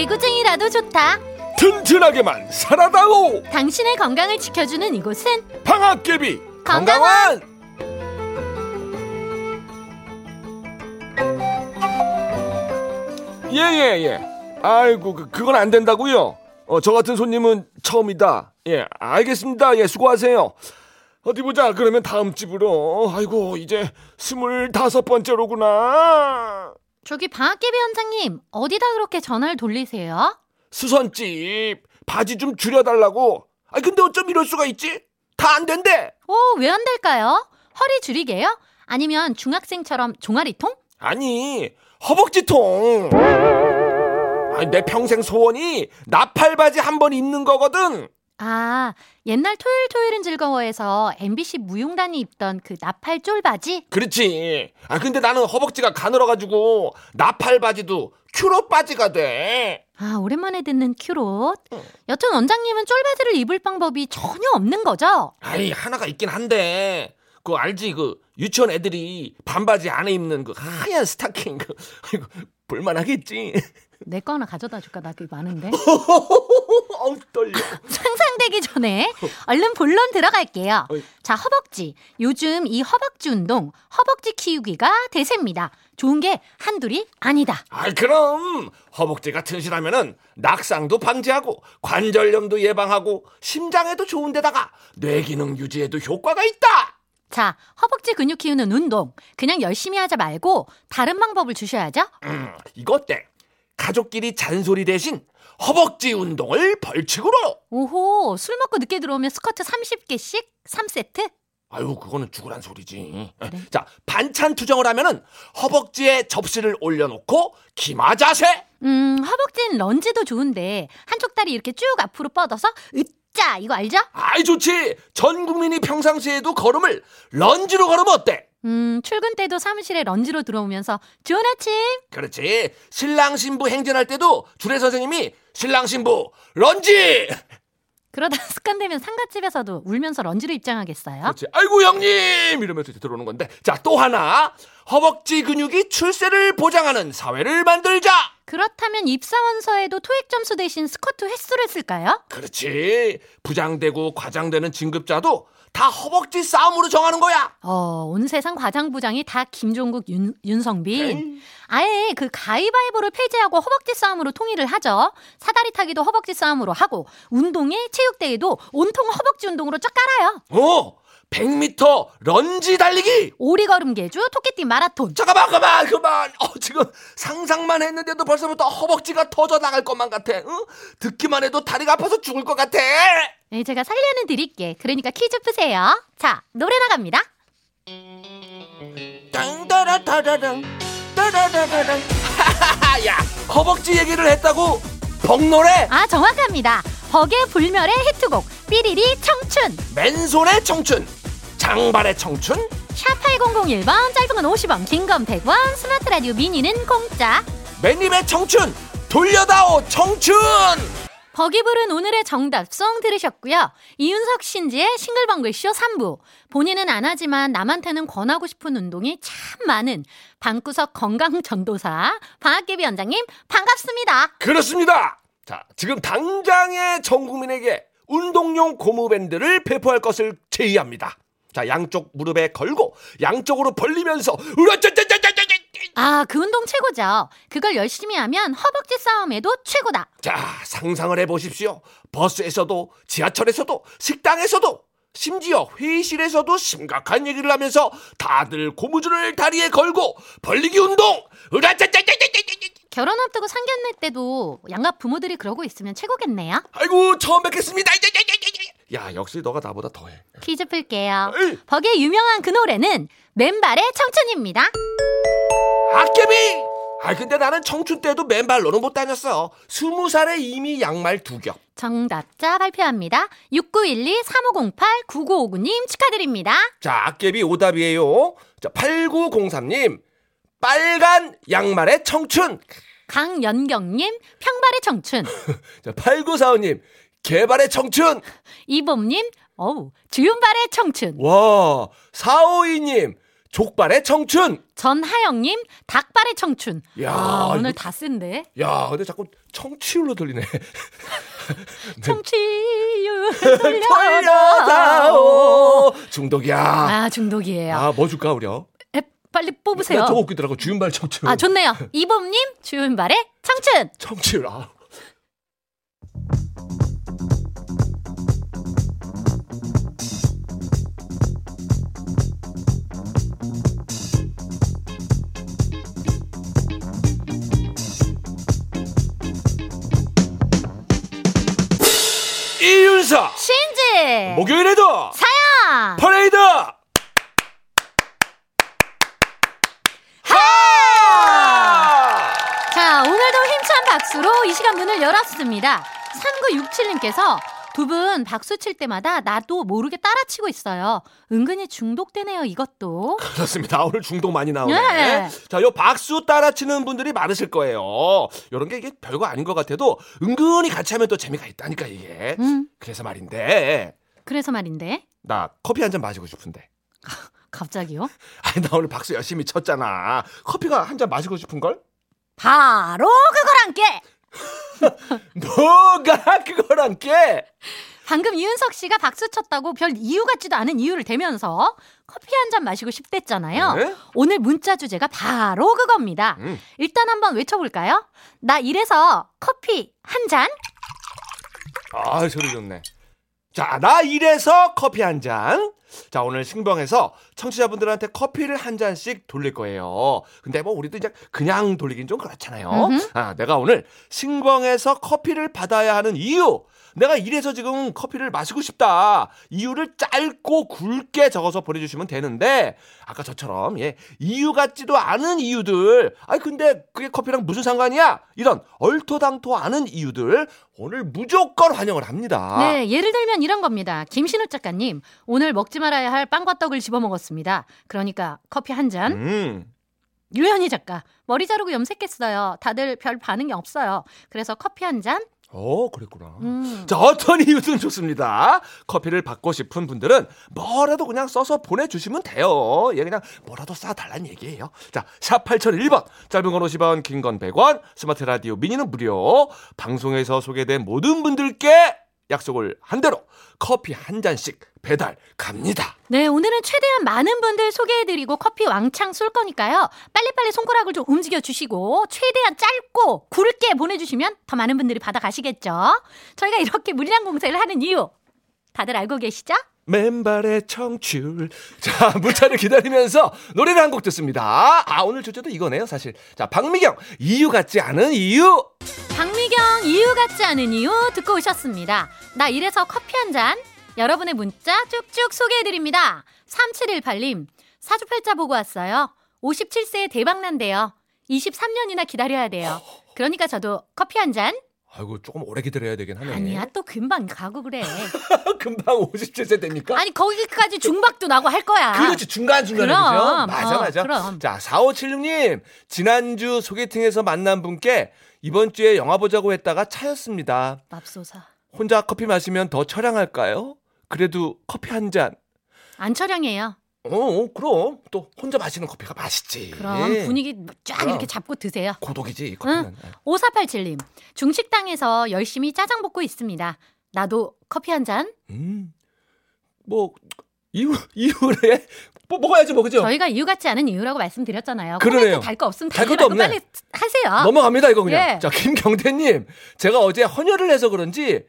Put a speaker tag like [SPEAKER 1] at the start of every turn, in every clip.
[SPEAKER 1] 지구쟁이라도 좋다.
[SPEAKER 2] 튼튼하게만 살아다오
[SPEAKER 1] 당신의 건강을 지켜주는 이곳은
[SPEAKER 2] 방학개비
[SPEAKER 1] 건강원!
[SPEAKER 2] 예예예 아이고 그, 그건 안 된다고요 어, 저 같은 손님은 처음이다 예 알겠습니다 예 수고하세요 어디 보자 그러면 다음 집으로 아이고 이제 스물다섯 번째로구나
[SPEAKER 1] 저기 방학개비 원장님 어디다 그렇게 전화를 돌리세요?
[SPEAKER 2] 수선집 바지 좀 줄여달라고 아 근데 어쩜 이럴 수가 있지 다 안 된대
[SPEAKER 1] 오 왜 안 될까요? 허리 줄이게요? 아니면 중학생처럼 종아리통?
[SPEAKER 2] 아니 허벅지통 아니, 내 평생 소원이 나팔바지 한 번 입는 거거든
[SPEAKER 1] 아 옛날 토요일 토요일은 즐거워에서 MBC 무용단이 입던 그 나팔 쫄바지?
[SPEAKER 2] 그렇지 아 근데 나는 허벅지가 가늘어가지고 나팔바지도 큐로바지가 돼
[SPEAKER 1] 아 오랜만에 듣는 큐롯. 여튼 원장님은 쫄바지를 입을 방법이 전혀 없는 거죠?
[SPEAKER 2] 아이 하나가 있긴 한데 그 알지 그 유치원 애들이 반바지 안에 입는 그 하얀 스타킹 그 아이고 볼만하겠지
[SPEAKER 1] 내 거 하나 가져다 줄까? 나 그게 많은데.
[SPEAKER 2] 어우 떨려
[SPEAKER 1] 상상되기 전에 얼른 본론 들어갈게요.
[SPEAKER 2] 어이.
[SPEAKER 1] 자, 허벅지. 요즘 이 허벅지 운동, 허벅지 키우기가 대세입니다. 좋은 게 한둘이 아니다.
[SPEAKER 2] 아이 그럼 허벅지가 튼실하면은 낙상도 방지하고 관절염도 예방하고 심장에도 좋은데다가 뇌 기능 유지에도 효과가 있다.
[SPEAKER 1] 자, 허벅지 근육 키우는 운동. 그냥 열심히 하자 말고 다른 방법을 주셔야죠.
[SPEAKER 2] 음, 이거 어때? 가족끼리 잔소리 대신 허벅지 운동을 벌칙으로.
[SPEAKER 1] 오호, 술 먹고 늦게 들어오면 스쿼트 30개씩 3세트?
[SPEAKER 2] 아유 그거는 죽으란 소리지. 자 반찬 투정을 하면은 허벅지에 접시를 올려놓고 기마 자세.
[SPEAKER 1] 음, 허벅지는 런지도 좋은데 한쪽 다리 이렇게 쭉 앞으로 뻗어서 으짜! 이거 알죠?
[SPEAKER 2] 아이 좋지. 전 국민이 평상시에도 걸음을 런지로 걸으면 어때?
[SPEAKER 1] 음, 출근 때도 사무실에 런지로 들어오면서 좋은 아침!
[SPEAKER 2] 그렇지. 신랑 신부 행진할 때도 주례 선생님이 신랑 신부 런지.
[SPEAKER 1] 그러다 습관되면 상갓집에서도 울면서 런지를 입장하겠어요.
[SPEAKER 2] 그렇지. 아이고 형님 이러면서 이제 들어오는 건데. 자 또 하나 허벅지 근육이 출세를 보장하는 사회를 만들자.
[SPEAKER 1] 그렇다면 입사원서에도 토익 점수 대신 스쿼트 횟수를 쓸까요?
[SPEAKER 2] 그렇지. 부장되고 과장되는 진급자도 다 허벅지 싸움으로 정하는 거야.
[SPEAKER 1] 어, 온 세상 과장부장이 다 김종국, 윤,
[SPEAKER 2] 네.
[SPEAKER 1] 윤성빈. 아예 그 가위바위보를 폐지하고 허벅지 싸움으로 통일을 하죠. 사다리 타기도 허벅지 싸움으로 하고, 운동회, 체육대회도 온통 허벅지 운동으로 쫙 깔아요.
[SPEAKER 2] 어. 100m 런지 달리기.
[SPEAKER 1] 오리걸음 개주, 토끼띠 마라톤.
[SPEAKER 2] 잠깐만 그만 그만. 어 지금 상상만 했는데도 벌써부터 허벅지가 터져 나갈 것만 같아. 응? 듣기만 해도 다리가 아파서 죽을 것 같아.
[SPEAKER 1] 네, 제가 살려는 드릴게. 그러니까 퀴즈 푸세요. 자, 노래 나갑니다.
[SPEAKER 2] 땅따라따라랑 따라라라랑 하하하야 허벅지 얘기를 했다고 벅노래
[SPEAKER 1] 아 정확합니다. 버게 불멸의 히트곡 삐리리 청춘
[SPEAKER 2] 맨손의 청춘 장발의 청춘
[SPEAKER 1] 샵 8001번 짧은 건 50원 긴 건 100원 스마트 라디오 미니는 공짜
[SPEAKER 2] 맨입의 청춘 돌려다오 청춘
[SPEAKER 1] 버기 부른 오늘의 정답송 들으셨고요. 이윤석 신지의 싱글벙글쇼 3부 본인은 안 하지만 남한테는 권하고 싶은 운동이 참 많은 방구석 건강전도사 방학개비 원장님 반갑습니다.
[SPEAKER 2] 그렇습니다 자 지금 당장에 전 국민에게 운동용 고무밴드를 배포할 것을 제의합니다 자 양쪽 무릎에 걸고 양쪽으로 벌리면서 으라짜짜짜짜짜짜
[SPEAKER 1] 아 그 운동 최고죠. 그걸 열심히 하면 허벅지 싸움에도 최고다.
[SPEAKER 2] 자, 상상을 해보십시오. 버스에서도, 지하철에서도, 식당에서도, 심지어 회의실에서도 심각한 얘기를 하면서 다들 고무줄을 다리에 걸고 벌리기 운동! 으라짜짜짜짜짜짜
[SPEAKER 1] 결혼 앞두고 상견례 때도 양가 부모들이 그러고 있으면 최고겠네요.
[SPEAKER 2] 아이고, 처음 뵙겠습니다. 짜짜짜짜짜. 야, 역시 너가 나보다 더해.
[SPEAKER 1] 퀴즈 풀게요.
[SPEAKER 2] 에이.
[SPEAKER 1] 버기의 유명한 그 노래는 맨발의 청춘입니다.
[SPEAKER 2] 아깨비! 아, 근데 나는 청춘 때도 맨발로는 못 다녔어. 스무 살에 이미 양말 두 겹.
[SPEAKER 1] 정답자 발표합니다. 6912-3508-9959님 축하드립니다.
[SPEAKER 2] 자, 아깨비 오답이에요. 자, 8903님. 빨간 양말의 청춘.
[SPEAKER 1] 강연경님, 평발의 청춘.
[SPEAKER 2] 자, 8945님, 개발의 청춘!
[SPEAKER 1] 이봄님, 어우, 주윤발의 청춘.
[SPEAKER 2] 와, 452님, 족발의 청춘.
[SPEAKER 1] 전하영님, 닭발의 청춘.
[SPEAKER 2] 야,
[SPEAKER 1] 아, 오늘
[SPEAKER 2] 이거- 네.
[SPEAKER 1] 다 쓴데.
[SPEAKER 2] 야, 근데 자꾸 청취율로 들리네.
[SPEAKER 1] 청취율 돌려다오.
[SPEAKER 2] 돌려다오 중독이야.
[SPEAKER 1] 아, 중독이에요.
[SPEAKER 2] 아, 뭐 줄까 우려?
[SPEAKER 1] 에, 빨리 뽑으세요.
[SPEAKER 2] 나 저거 웃기더라고 주윤발 청취율.
[SPEAKER 1] 아, 좋네요. 이범님, 주윤발의 청춘.
[SPEAKER 2] 청취율. 아. 이윤사
[SPEAKER 1] 신지.
[SPEAKER 2] 아, 목요일에도
[SPEAKER 1] 사연.
[SPEAKER 2] 퍼레이드
[SPEAKER 1] 자, 오늘도 힘찬 박수로 이 시간 문을 열었습니다. 3967님께서 두 분 박수 칠 때마다 나도 모르게 따라치고 있어요. 은근히 중독되네요, 이것도.
[SPEAKER 2] 그렇습니다. 아, 오늘 중독 많이 나오네.
[SPEAKER 1] 네.
[SPEAKER 2] 자, 요 박수 따라치는 분들이 많으실 거예요. 요런 게 이게 별거 아닌 것 같아도 은근히 같이 하면 또 재미가 있다니까 이게.
[SPEAKER 1] 음,
[SPEAKER 2] 그래서 말인데
[SPEAKER 1] 그래서 말인데.
[SPEAKER 2] 나 커피 한 잔 마시고 싶은데.
[SPEAKER 1] 갑자기요?
[SPEAKER 2] 아니 나 오늘 박수 열심히 쳤잖아. 커피가 한 잔 마시고 싶은 걸?
[SPEAKER 1] 바로 그거랑 깨!
[SPEAKER 2] 뭐가 그거랑 게?
[SPEAKER 1] 방금 이윤석 씨가 박수 쳤다고 별 이유 같지도 않은 이유를 대면서 커피 한 잔 마시고 싶댔잖아요.
[SPEAKER 2] 네?
[SPEAKER 1] 오늘 문자 주제가 바로 그겁니다.
[SPEAKER 2] 음.
[SPEAKER 1] 일단 한번 외쳐볼까요? 나 이래서 커피 한 잔.
[SPEAKER 2] 아 소리 좋네. 자, 나 이래서 커피 한 잔. 자, 오늘 신봉에서 청취자분들한테 커피를 한 잔씩 돌릴 거예요. 근데 뭐 우리도 이제 그냥 돌리긴 좀 그렇잖아요.
[SPEAKER 1] 음흠.
[SPEAKER 2] 아, 내가 오늘 신봉에서 커피를 받아야 하는 이유. 내가 이래서 지금 커피를 마시고 싶다. 이유를 짧고 굵게 적어서 보내주시면 되는데, 아까 저처럼, 예, 이유 같지도 않은 이유들. 아니, 근데 그게 커피랑 무슨 상관이야? 이런 얼토당토 않은 이유들. 오늘 무조건 환영을 합니다.
[SPEAKER 1] 네, 예를 들면 이런 겁니다. 김신우 작가님, 오늘 먹지 말아야 할 빵과 떡을 집어 먹었습니다. 그러니까 커피 한 잔.
[SPEAKER 2] 음.
[SPEAKER 1] 유현희 작가, 머리 자르고 염색했어요. 다들 별 반응이 없어요. 그래서 커피 한 잔.
[SPEAKER 2] 어, 그랬구나.
[SPEAKER 1] 음.
[SPEAKER 2] 자, 어떤 이유든 좋습니다. 커피를 받고 싶은 분들은 뭐라도 그냥 써서 보내주시면 돼요. 예, 그냥 뭐라도 써달라는 얘기예요. 자, 샵 8001번, 짧은 건 50원, 긴 건 100원, 스마트 라디오 미니는 무료, 방송에서 소개된 모든 분들께 약속을 한 대로 커피 한 잔씩 배달 갑니다.
[SPEAKER 1] 네, 오늘은 최대한 많은 분들 소개해드리고 커피 왕창 쏠 거니까요. 빨리빨리 손가락을 좀 움직여주시고, 최대한 짧고 굵게 보내주시면 더 많은 분들이 받아가시겠죠. 저희가 이렇게 물량 공세를 하는 이유, 다들 알고 계시죠?
[SPEAKER 2] 맨발의 청출. 자, 문자를 기다리면서 노래를 한 곡 듣습니다. 아, 오늘 주제도 이거네요, 사실. 자, 박미경, 이유 같지 않은 이유.
[SPEAKER 1] 박미경 이유 같지 않은 이유 듣고 오셨습니다. 나 이래서 커피 한 잔. 여러분의 문자 쭉쭉 소개해드립니다. 3718님, 사주팔자 보고 왔어요. 57세에 대박난대요. 23년이나 기다려야 돼요. 그러니까 저도 커피 한 잔.
[SPEAKER 2] 아이고, 조금 오래 기다려야 되긴 하네.
[SPEAKER 1] 아니야, 또 금방 가고 그래.
[SPEAKER 2] 금방 57세 됩니까?
[SPEAKER 1] 아니, 거기까지 중박도 나고 할 거야.
[SPEAKER 2] 그렇지 중간중간에
[SPEAKER 1] 그럼.
[SPEAKER 2] 그죠? 맞아
[SPEAKER 1] 어,
[SPEAKER 2] 맞아
[SPEAKER 1] 그럼.
[SPEAKER 2] 자 4576님 지난주 소개팅에서 만난 분께 이번 주에 영화 보자고 했다가 차였습니다
[SPEAKER 1] 맙소사.
[SPEAKER 2] 혼자 커피 마시면 더 처량할까요? 그래도 커피 한잔
[SPEAKER 1] 안 처량해요.
[SPEAKER 2] 어, 어 그럼 또 혼자 마시는 커피가 맛있지
[SPEAKER 1] 그럼 분위기 쫙
[SPEAKER 2] 예. 그럼.
[SPEAKER 1] 이렇게 잡고 드세요.
[SPEAKER 2] 고독이지 이 커피는
[SPEAKER 1] 5487님, 중식당에서 열심히 짜장 볶고 있습니다. 나도 커피 한 잔.
[SPEAKER 2] 음뭐 이후 이후래 뭐 먹어야지 뭐 그죠?
[SPEAKER 1] 저희가 이유 같지 않은 이유라고 말씀드렸잖아요.
[SPEAKER 2] 그러네요.
[SPEAKER 1] 코멘트 달거 없으면
[SPEAKER 2] 달
[SPEAKER 1] 달지
[SPEAKER 2] 것도
[SPEAKER 1] 말고
[SPEAKER 2] 없네.
[SPEAKER 1] 빨리 하세요.
[SPEAKER 2] 넘어갑니다 이거 그냥.
[SPEAKER 1] 예.
[SPEAKER 2] 자 김경태님, 제가 어제 헌혈을 해서 그런지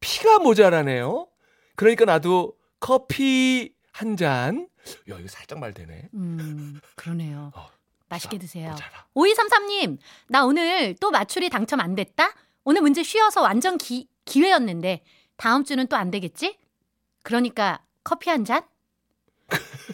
[SPEAKER 2] 피가 모자라네요. 그러니까 나도 커피 한 잔. 야 이거 살짝 말 되네.
[SPEAKER 1] 음, 그러네요.
[SPEAKER 2] 어,
[SPEAKER 1] 맛있게 드세요.
[SPEAKER 2] 모자라.
[SPEAKER 1] 5233님, 나 오늘 또 마출이 당첨 안 됐다? 오늘 문제 쉬어서 완전 기, 기회였는데, 다음 주는 또 안 되겠지? 그러니까 커피 한 잔?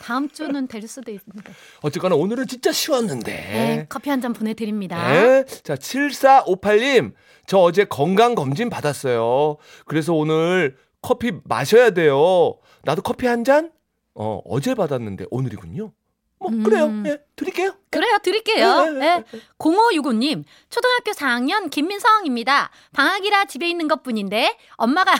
[SPEAKER 1] 다음 주는 될 수도 있습니다.
[SPEAKER 2] 어쨌거나 오늘은 진짜
[SPEAKER 1] 네,
[SPEAKER 2] 쉬웠는데.
[SPEAKER 1] 커피 한 잔 보내드립니다.
[SPEAKER 2] 예. 자 7458님, 저 어제 건강 검진 받았어요. 그래서 오늘 커피 마셔야 돼요. 나도 커피 한 잔? 어 어제 받았는데 오늘이군요. 뭐 그래요.
[SPEAKER 1] 음.
[SPEAKER 2] 예, 드릴게요.
[SPEAKER 1] 그래요, 드릴게요.
[SPEAKER 2] 네,
[SPEAKER 1] 네. 0565님, 초등학교 4학년 김민성입니다. 방학이라 집에 있는 것 뿐인데, 엄마가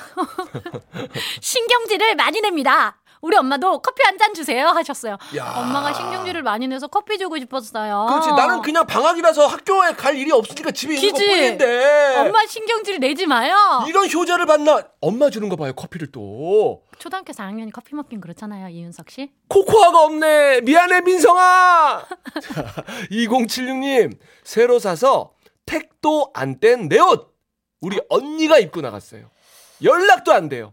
[SPEAKER 1] 신경질을 많이 냅니다. 우리 엄마도 커피 한 잔 주세요 하셨어요.
[SPEAKER 2] 야.
[SPEAKER 1] 엄마가 신경질을 많이 내서 커피 주고 싶었어요.
[SPEAKER 3] 아.
[SPEAKER 2] 그렇지. 나는 그냥 방학이라서 학교에 갈 일이 없으니까 집에 있는
[SPEAKER 1] 기지.
[SPEAKER 2] 것뿐인데.
[SPEAKER 1] 엄마 신경질 내지 마요.
[SPEAKER 2] 이런 효자를 봤나? 엄마 주는 거 봐요. 커피를 또.
[SPEAKER 1] 초등학교 4학년이 커피 먹긴 그렇잖아요, 이윤석 씨.
[SPEAKER 3] 코코아가 없네. 미안해 민성아.
[SPEAKER 2] 2076님 새로 사서 택도 안 뗀 내 옷. 우리 언니가 입고 나갔어요. 연락도 안 돼요.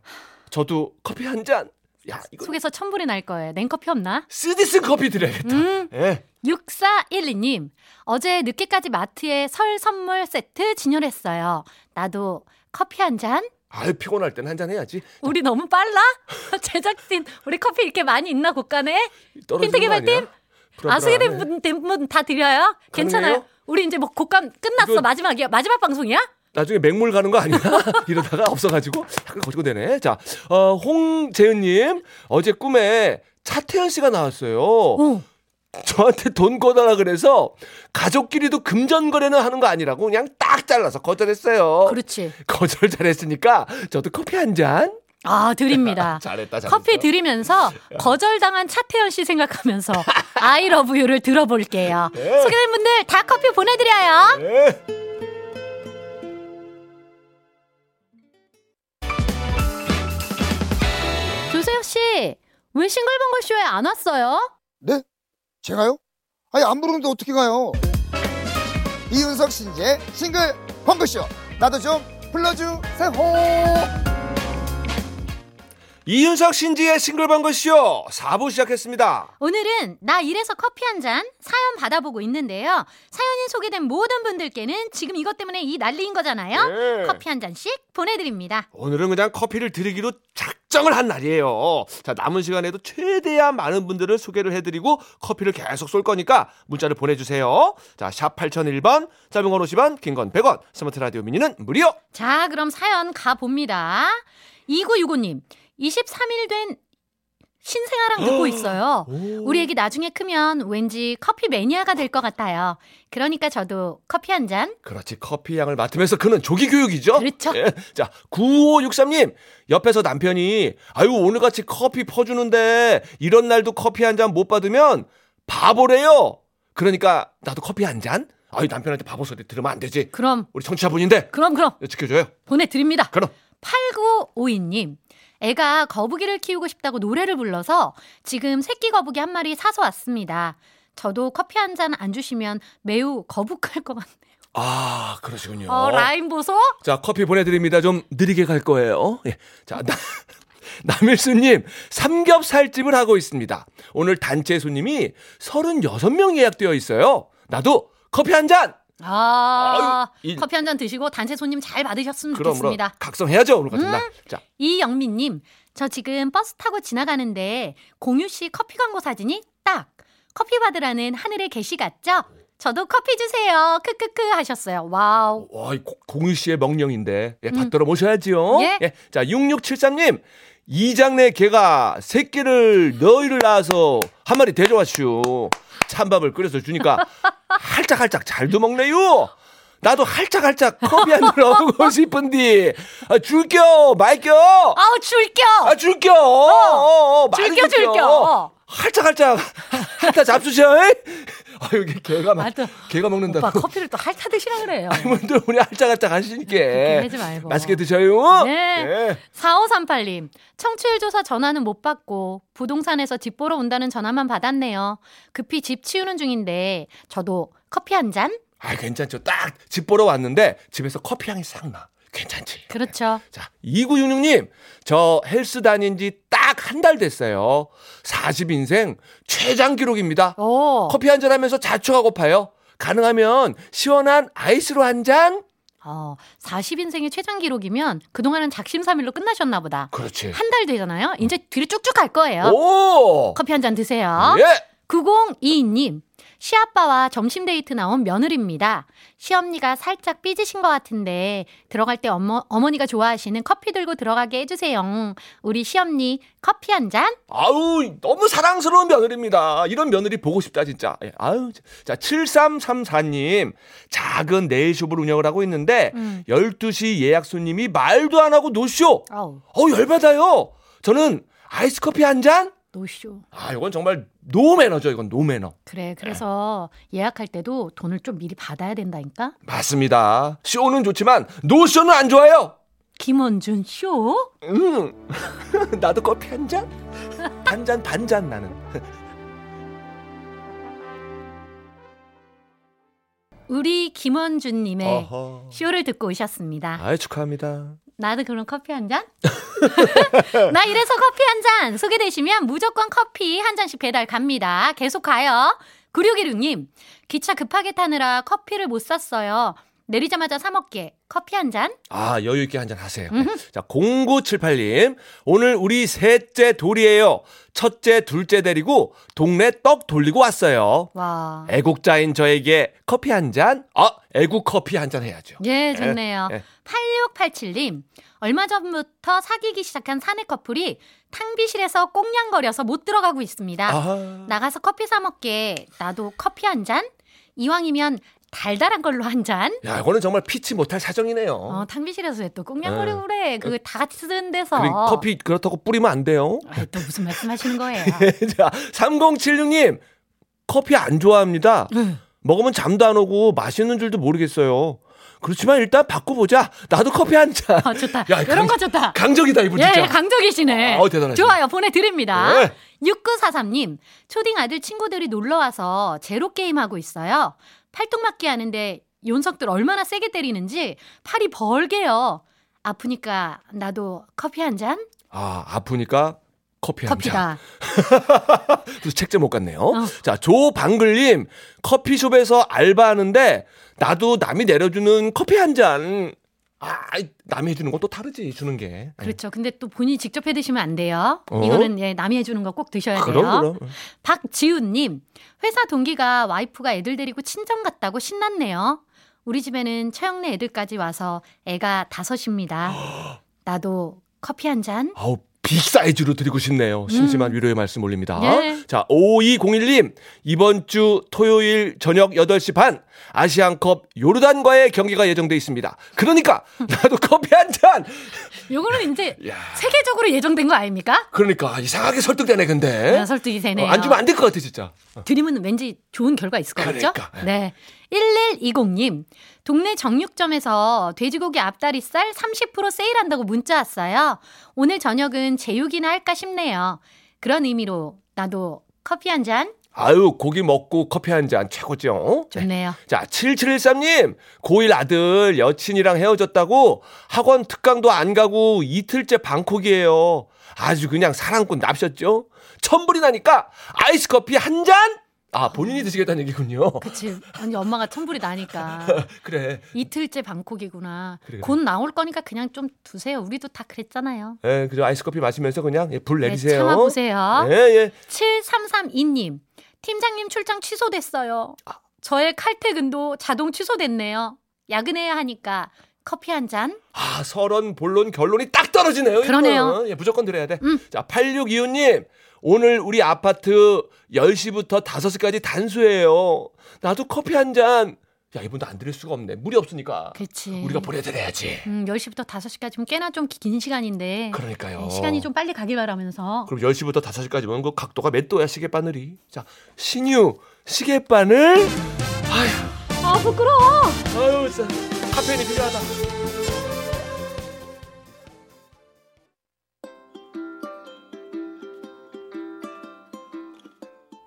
[SPEAKER 2] 저도 커피 한 잔. 야 이거
[SPEAKER 1] 속에서 천불이 날 거예요. 냉커피 없나?
[SPEAKER 2] 쓰디쓴 커피 드려야겠다.
[SPEAKER 1] 음.
[SPEAKER 2] 예.
[SPEAKER 1] 6412님, 어제 늦게까지 마트에 설 선물 세트 진열했어요. 나도 커피 한 잔?
[SPEAKER 2] 아유 피곤할 땐 한 잔 해야지.
[SPEAKER 1] 우리 너무 빨라? 제작진, 우리 커피 이렇게 많이 있나, 곳간에? 흰택이 발팀? 아, 소개된분다 드려요? 괜찮아요? 우리 이제 뭐 곡감 끝났어.
[SPEAKER 2] 이거-
[SPEAKER 1] 마지막이야. 마지막 방송이야?
[SPEAKER 2] 나중에 맹물 가는 거 아니야? 이러다가 없어가지고 약간 거지고 되네. 자, 어, 홍재은님 어제 꿈에 차태현 씨가 나왔어요.
[SPEAKER 1] 어.
[SPEAKER 2] 저한테 돈 꺼달라 그래서 가족끼리도 금전 거래는 하는 거 아니라고 그냥 딱 잘라서 거절했어요.
[SPEAKER 1] 그렇지.
[SPEAKER 2] 거절 잘했으니까 저도 커피 한 잔.
[SPEAKER 1] 아, 드립니다.
[SPEAKER 2] 잘했다, 잘했다.
[SPEAKER 1] 커피 드리면서 거절당한 차태현 씨 생각하면서 I love you를 들어볼게요. 소개된 분들 다 커피 보내드려요.
[SPEAKER 2] 네.
[SPEAKER 1] 조세혁 씨, 왜 싱글벙글 쇼에 안 왔어요?
[SPEAKER 4] 네? 제가요? 아니 안 부르는데 어떻게 가요? 이윤석 신재 싱글 펑크쇼 나도 좀 불러주세요.
[SPEAKER 2] 이윤석 신지의 싱글벙글쇼 4부 시작했습니다.
[SPEAKER 1] 오늘은 나 이래서 커피 한 잔 사연 받아보고 있는데요. 사연이 소개된 모든 분들께는 지금 이것 때문에 이 난리인 거잖아요.
[SPEAKER 3] 예.
[SPEAKER 1] 커피 한 잔씩 보내드립니다.
[SPEAKER 2] 오늘은 그냥 커피를 드리기로 작정을 한 날이에요. 자, 남은 시간에도 최대한 많은 분들을 소개를 해드리고 커피를 계속 쏠 거니까 문자를 보내주세요. 자, 샵 8001번, 짧은 건 50원, 긴 건 100원, 스마트 라디오 미니는 무료!
[SPEAKER 1] 자, 그럼 사연 가봅니다. 2965님, 23일 된 신생아랑 듣고 있어요. 우리 애기 나중에 크면 왠지 커피 매니아가 될 것 같아요. 그러니까 저도 커피 한 잔.
[SPEAKER 2] 그렇지 커피 향을 맡으면서 그는 조기 교육이죠.
[SPEAKER 1] 그렇죠.
[SPEAKER 2] 예. 자 9563님 옆에서 남편이 아유 오늘같이 커피 퍼주는데 이런 날도 커피 한 잔 못 받으면 바보래요. 그러니까 나도 커피 한 잔. 아유 남편한테 바보 소리 들으면 안 되지.
[SPEAKER 1] 그럼,
[SPEAKER 2] 우리 청취자분인데
[SPEAKER 1] 그럼, 그럼
[SPEAKER 2] 지켜줘요.
[SPEAKER 1] 보내드립니다.
[SPEAKER 2] 그럼
[SPEAKER 1] 8952님. 애가 거북이를 키우고 싶다고 노래를 불러서 지금 새끼 거북이 한 마리 사서 왔습니다. 저도 커피 한 잔 안 주시면 매우 거북할 것 같네요.
[SPEAKER 2] 아 그러시군요.
[SPEAKER 1] 어, 라인 보소?
[SPEAKER 2] 자, 커피 보내드립니다. 좀 느리게 갈 거예요. 예. 자, 나, 남일수님, 삼겹살집을 하고 있습니다. 오늘 단체 손님이 36명 예약되어 있어요. 나도 커피 한 잔!
[SPEAKER 1] 아,
[SPEAKER 2] 아유, 이-
[SPEAKER 1] 커피 한 잔 드시고 단체 손님 잘 받으셨으면
[SPEAKER 2] 그럼, 그럼.
[SPEAKER 1] 음, 좋겠습니다. 음.
[SPEAKER 2] 각성해야죠, 오늘 같은 날. 자,
[SPEAKER 1] 이영민님, 저 지금 버스 타고 지나가는데 공유 씨 커피 광고 사진이 딱 커피 받으라는 하늘의 계시 같죠? 저도 커피 주세요. 크크크 하셨어요. 와우.
[SPEAKER 2] 와, 이 고- 공유 씨의 명령인데. 예, 받들어 모셔야지요.
[SPEAKER 1] 음. 예.
[SPEAKER 2] 자, 6673님, 이장내 개가 새끼를 너희를 낳아서 한 마리 데려왔슈. 찬밥을 끓여서 주니까 할짝할짝 잘도 먹네요. 나도 할짝할짝 커피 한 잔 먹고 싶은디. 아, 줄겨, 말겨.
[SPEAKER 1] 아우 줄겨.
[SPEAKER 2] 아, 줄겨. 어, 어, 많이
[SPEAKER 1] 줄겨, 줄겨.
[SPEAKER 2] 할짝할짝 할짝 잡수셔. 에이? 아, 여기 개가 막,
[SPEAKER 1] 맞아.
[SPEAKER 2] 개가 먹는다고.
[SPEAKER 1] 오빠 커피를 또 핥아드시라 그래요.
[SPEAKER 2] 여러분들 우리 알짝알짝 하시니까
[SPEAKER 1] 네, 하지 말고.
[SPEAKER 2] 네. 맛있게 드셔요.
[SPEAKER 1] 네. 4538님, 청취율 조사 전화는 못 받고 부동산에서 집 보러 온다는 전화만 받았네요. 급히 집 치우는 중인데 저도 커피 한 잔?
[SPEAKER 2] 아 괜찮죠. 딱 집 보러 왔는데 집에서 커피 향이 싹 나. 괜찮지.
[SPEAKER 1] 그렇죠.
[SPEAKER 2] 자 2966님 저 헬스 다닌 지 딱 한 달 됐어요. 40인생 최장
[SPEAKER 1] 어.
[SPEAKER 2] 기록입니다.
[SPEAKER 1] 오.
[SPEAKER 2] 커피 한 잔 하면서 자초하고파요. 가능하면 시원한 아이스로 한 잔.
[SPEAKER 1] 어, 40인생의 최장 기록이면 그동안은 작심삼일로 끝나셨나 보다.
[SPEAKER 2] 그렇지.
[SPEAKER 1] 한 달 되잖아요. 이제 뒤로 쭉쭉 갈 거예요.
[SPEAKER 2] 오.
[SPEAKER 1] 커피 한 잔 드세요.
[SPEAKER 2] 예.
[SPEAKER 1] 9022님. 시아빠와 점심 데이트 나온 며느리입니다. 시엄니가 살짝 삐지신 것 같은데 들어갈 때 어머, 어머니가 좋아하시는 커피 들고 들어가게 해주세요. 우리 시엄니 커피 한 잔?
[SPEAKER 2] 아우, 너무 사랑스러운 며느리입니다. 이런 며느리 보고 싶다, 진짜. 예, 아유. 자, 7334님. 작은 네일숍을 운영을 하고 있는데,
[SPEAKER 1] 음.
[SPEAKER 2] 12시 예약 손님이 말도 안 하고 노쇼!
[SPEAKER 1] 어우.
[SPEAKER 2] 어우, 열받아요! 저는 아이스 커피 한 잔?
[SPEAKER 1] 노쇼.
[SPEAKER 2] 아, 이건 정말 노매너죠. 이건 노매너.
[SPEAKER 1] 그래. 그래서 네. 예약할 때도 돈을 좀 미리 받아야 된다니까.
[SPEAKER 2] 맞습니다. 쇼는 좋지만 노쇼는 안 좋아요.
[SPEAKER 1] 김원준 쇼.
[SPEAKER 2] 음. 나도 커피 한 잔? 한 잔, 반잔 나는.
[SPEAKER 1] 우리 김원준님의
[SPEAKER 2] 어허.
[SPEAKER 1] 쇼를 듣고 오셨습니다.
[SPEAKER 2] 아이, 축하합니다.
[SPEAKER 1] 나도 그럼 커피 한 잔? 나 이래서 커피 한 잔 소개되시면 무조건 커피 한 잔씩 배달 갑니다. 계속 가요. 9616님, 기차 급하게 타느라 커피를 못 샀어요. 내리자마자 사먹게. 커피 한 잔?
[SPEAKER 2] 아, 여유있게 한 잔 하세요. 자, 0978님. 오늘 우리 셋째 돌이에요. 첫째, 둘째 데리고 동네 떡 돌리고 왔어요.
[SPEAKER 1] 와.
[SPEAKER 2] 애국자인 저에게 커피 한 잔? 아, 애국 커피 한 잔 해야죠.
[SPEAKER 1] 예, 좋네요.
[SPEAKER 2] 예.
[SPEAKER 1] 8687님, 얼마 전부터 사귀기 시작한 사내 커플이 탕비실에서 꽁냥거려서 못 들어가고 있습니다.
[SPEAKER 2] 아,
[SPEAKER 1] 나가서 커피 사먹게. 나도 커피 한 잔? 이왕이면 달달한 걸로 한 잔?
[SPEAKER 2] 야, 이거는 정말 피치 못할 사정이네요.
[SPEAKER 1] 어, 탕비실에서 왜 또 꽁냥거리고 그래. 그거 다 같이 쓰는 데서.
[SPEAKER 2] 네. 어, 그래, 커피 그렇다고 뿌리면 안 돼요.
[SPEAKER 1] 아이, 또 무슨 말씀 하시는 거예요?
[SPEAKER 2] 자, 3076님. 커피 안 좋아합니다. 먹으면 잠도 안 오고 맛있는 줄도 모르겠어요. 그렇지만 일단 바꿔보자. 나도 커피 한 잔.
[SPEAKER 1] 아, 좋다.
[SPEAKER 2] 야,
[SPEAKER 1] 이런 거 좋다.
[SPEAKER 2] 강적이다, 이분
[SPEAKER 1] 예,
[SPEAKER 2] 진짜.
[SPEAKER 1] 강적이시네.
[SPEAKER 2] 아, 대단하시네.
[SPEAKER 1] 좋아요. 보내드립니다.
[SPEAKER 2] 예.
[SPEAKER 1] 6943님, 초딩 아들 친구들이 놀러와서 제로게임 하고 있어요. 팔뚝맞기 하는데 윤석들 얼마나 세게 때리는지 팔이 벌게요. 아프니까 나도 커피 한 잔?
[SPEAKER 2] 아, 아프니까 커피 한 잔.
[SPEAKER 1] 커피다.
[SPEAKER 2] 그래서 책 제목 같네요.
[SPEAKER 1] 어.
[SPEAKER 2] 자, 조방글님. 커피숍에서 알바하는데 나도 남이 내려주는 커피 한 잔. 아, 아이, 남이 해주는 건 또 다르지, 주는 게. 네.
[SPEAKER 1] 그렇죠. 근데 또 본인이 직접 해 드시면 안 돼요.
[SPEAKER 2] 어?
[SPEAKER 1] 이거는 예, 남이 해주는 거 꼭 드셔야 돼요.
[SPEAKER 2] 그럼, 그럼.
[SPEAKER 1] 박지훈님, 회사 동기가 와이프가 애들 데리고 친정 갔다고 신났네요. 우리 집에는 처형네 애들까지 와서 애가 다섯입니다. 나도 커피 한 잔?
[SPEAKER 2] 아우 빅 사이즈로 드리고
[SPEAKER 1] 음.
[SPEAKER 2] 싶네요. 심심한 위로의 말씀 올립니다.
[SPEAKER 1] 예.
[SPEAKER 2] 자, 5201님. 이번 주 토요일 저녁 8시 반 아시안컵 요르단과의 경기가 예정돼 있습니다. 그러니까 나도 커피 한 잔.
[SPEAKER 1] 요거는 이제
[SPEAKER 2] 야.
[SPEAKER 1] 세계적으로 예정된 거 아닙니까?
[SPEAKER 2] 그러니까 이상하게 설득되네 근데.
[SPEAKER 1] 야, 설득이 되네요.
[SPEAKER 2] 어, 안 주면 안 될 것 같아 진짜.
[SPEAKER 1] 드리면 왠지 좋은 결과 있을 것 같죠?
[SPEAKER 2] 그러니까.
[SPEAKER 1] 네. 1120님, 동네 정육점에서 돼지고기 앞다리살 30% 세일한다고 문자 왔어요. 오늘 저녁은 제육이나 할까 싶네요. 그런 의미로 나도 커피 한 잔?
[SPEAKER 2] 아유, 고기 먹고 커피 한 잔 최고죠. 네.
[SPEAKER 1] 좋네요.
[SPEAKER 2] 자, 7713님. 고1 아들 여친이랑 헤어졌다고 학원 특강도 안 가고 이틀째 방콕이에요. 아주 그냥 사랑꾼 납셨죠? 천불이 나니까 아이스 커피 한 잔? 아, 본인이 드시겠다는 얘기군요.
[SPEAKER 1] 그치. 아니, 엄마가 천불이 나니까.
[SPEAKER 2] 그래.
[SPEAKER 1] 이틀째 방콕이구나.
[SPEAKER 2] 그래, 그래.
[SPEAKER 1] 곧 나올 거니까 그냥 좀 두세요. 우리도 다 그랬잖아요.
[SPEAKER 2] 예, 그죠. 아이스 커피 마시면서 그냥 예, 불
[SPEAKER 1] 네,
[SPEAKER 2] 내리세요.
[SPEAKER 1] 참아보세요.
[SPEAKER 2] 예, 예.
[SPEAKER 1] 7332님, 팀장님 출장 취소됐어요.
[SPEAKER 2] 아.
[SPEAKER 1] 저의 칼퇴근도 자동 취소됐네요. 야근해야 하니까 커피 한 잔.
[SPEAKER 2] 아, 서론, 본론, 결론이 딱 떨어지네요.
[SPEAKER 1] 그러네요.
[SPEAKER 2] 이거는. 예, 무조건 드려야 돼.
[SPEAKER 1] 음.
[SPEAKER 2] 자, 8625님. 오늘 우리 아파트 10시부터 5시까지 단수예요. 나도 커피 한 잔. 야, 이분도 안 드릴 수가 없네. 물이 없으니까.
[SPEAKER 1] 그치.
[SPEAKER 2] 우리가 보내드려야지.
[SPEAKER 1] 음, 10시부터 5시까지면 꽤나 좀 긴 시간인데.
[SPEAKER 2] 그러니까요.
[SPEAKER 1] 네, 시간이 좀 빨리 가길 바라면서.
[SPEAKER 2] 그럼 10시부터 5시까지면 그 각도가 몇 도야, 시계바늘이? 자, 신유, 시계바늘.
[SPEAKER 1] 아, 부끄러워!
[SPEAKER 2] 아유, 진짜. 카페인이 필요하다.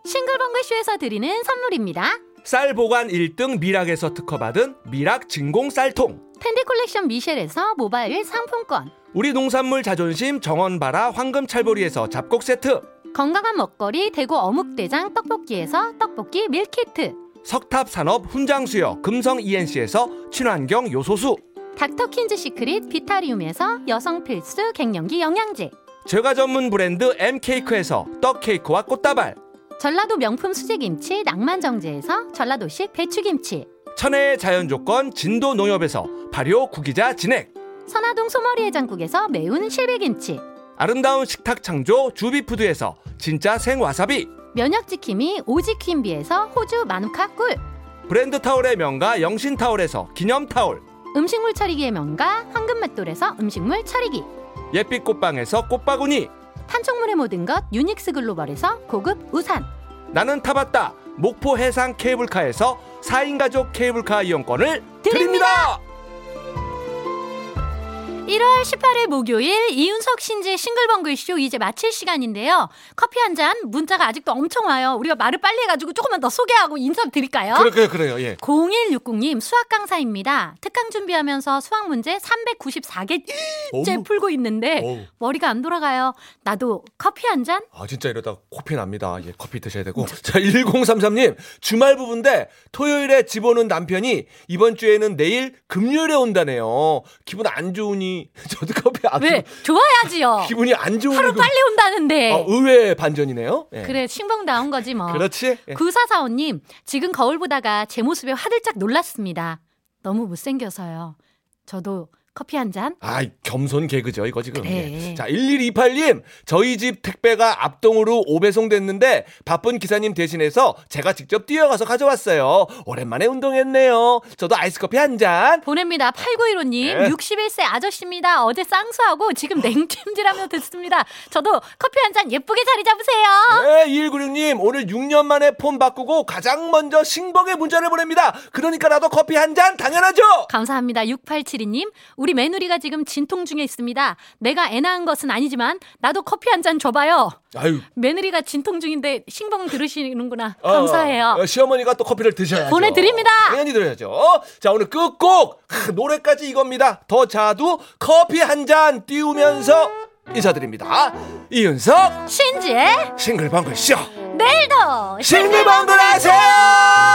[SPEAKER 1] 싱글벙글쇼에서 드리는 선물입니다.
[SPEAKER 2] 쌀 보관 1등 미락에서 특허받은 미락 진공 쌀통.
[SPEAKER 1] 팬디 콜렉션 미셸에서 모바일 상품권.
[SPEAKER 2] 우리 농산물 자존심 정원바라 황금찰보리에서 잡곡 세트
[SPEAKER 1] 건강한 먹거리 대구 어묵대장 떡볶이에서 떡볶이 밀키트
[SPEAKER 2] 석탑산업 훈장수여 금성ENC에서 E 친환경 요소수
[SPEAKER 1] 닥터킨즈 시크릿 비타리움에서 여성 필수 갱년기 영양제
[SPEAKER 2] 제과 전문 브랜드 MK크에서 떡케이크와 꽃다발
[SPEAKER 1] 전라도 명품 수제김치 낭만정제에서 전라도식 배추김치
[SPEAKER 2] 천혜의 자연조건 진도농협에서 발효 구기자 진액
[SPEAKER 1] 선화동 소머리 해장국에서 매운 실비김치
[SPEAKER 2] 아름다운 식탁 창조 주비푸드에서 진짜 생와사비
[SPEAKER 1] 면역지킴이 오지퀸비에서 호주 마누카 꿀
[SPEAKER 2] 브랜드 타올의 명가 영신타올에서 기념타올
[SPEAKER 1] 음식물 처리기의 명가 황금맛돌에서 음식물 처리기
[SPEAKER 2] 예빛 꽃방에서 꽃바구니
[SPEAKER 1] 판촉물의 모든 것 유닉스 글로벌에서 고급 우산
[SPEAKER 2] 나는 타봤다. 목포 해상 케이블카에서 4인 가족 케이블카 이용권을 드립니다.
[SPEAKER 1] 1월 18일 목요일 이윤석 신지의 싱글벙글쇼 이제 마칠 시간인데요. 커피 한 잔 문자가 아직도 엄청 와요. 우리가 말을 빨리 해가지고 조금만 더 소개하고 인사드릴까요?
[SPEAKER 2] 그래요, 그래요. 예.
[SPEAKER 1] 0160님 수학 강사입니다. 특강 준비하면서 수학 문제 394개째
[SPEAKER 2] 어머.
[SPEAKER 1] 풀고 있는데
[SPEAKER 2] 어우.
[SPEAKER 1] 머리가 안 돌아가요. 나도 커피 한 잔?
[SPEAKER 2] 아, 진짜 이러다 코피 납니다. 예, 커피 드셔야 되고. 자, 1033님, 주말 부부인데 토요일에 집 오는 남편이 이번 주에는 내일 금요일에 온다네요. 기분 안 좋으니, 저도 커피 안,
[SPEAKER 1] 왜? 좋아야지요.
[SPEAKER 2] 아, 기분이 안 좋으니.
[SPEAKER 1] 하루
[SPEAKER 2] 그-
[SPEAKER 1] 빨리 온다는데.
[SPEAKER 2] 아, 의외의 반전이네요. 예.
[SPEAKER 1] 그래 싱벙다운 거지 뭐.
[SPEAKER 2] 그렇지. 예.
[SPEAKER 1] 9445님, 지금 거울 보다가 제 모습에 화들짝 놀랐습니다. 너무 못생겨서요. 저도 커피 한 잔.
[SPEAKER 2] 아, 겸손 개그죠, 이거 지금.
[SPEAKER 1] 그래.
[SPEAKER 2] 예. 자, 1128님, 저희 집 택배가 앞동으로 오배송됐는데 바쁜 기사님 대신해서 제가 직접 뛰어가서 가져왔어요. 오랜만에 운동했네요. 저도 아이스커피 한 잔.
[SPEAKER 1] 보냅니다. 8915님,
[SPEAKER 2] 네.
[SPEAKER 1] 61세 아저씨입니다. 어제 쌍수하고 지금 냉찜질하며 듣습니다. 저도 커피 한 잔 예쁘게 자리 잡으세요.
[SPEAKER 2] 네, 2196님, 오늘 6년 만에 폰 바꾸고 가장 먼저 싱벙의 문자를 보냅니다. 그러니까 나도 커피 한 잔 당연하죠!
[SPEAKER 1] 감사합니다. 6872님, 우리 며느리가 지금 진통 중에 있습니다. 내가 애 낳은 것은 아니지만 나도 커피 한 잔 줘봐요.
[SPEAKER 2] 아유.
[SPEAKER 1] 며느리가 진통 중인데 싱벙 들으시는구나.
[SPEAKER 2] 어,
[SPEAKER 1] 감사해요.
[SPEAKER 2] 어, 시어머니가 또 커피를 드셔야죠.
[SPEAKER 1] 보내드립니다.
[SPEAKER 2] 당연히 드려야죠. 자, 오늘 끝곡! 크, 노래까지 이겁니다. 더 자두 커피 한 잔 띄우면서 인사드립니다. 이윤석,
[SPEAKER 1] 신지의
[SPEAKER 2] 싱글벙글 쇼!
[SPEAKER 1] 내일도
[SPEAKER 2] 싱글벙글 하세요!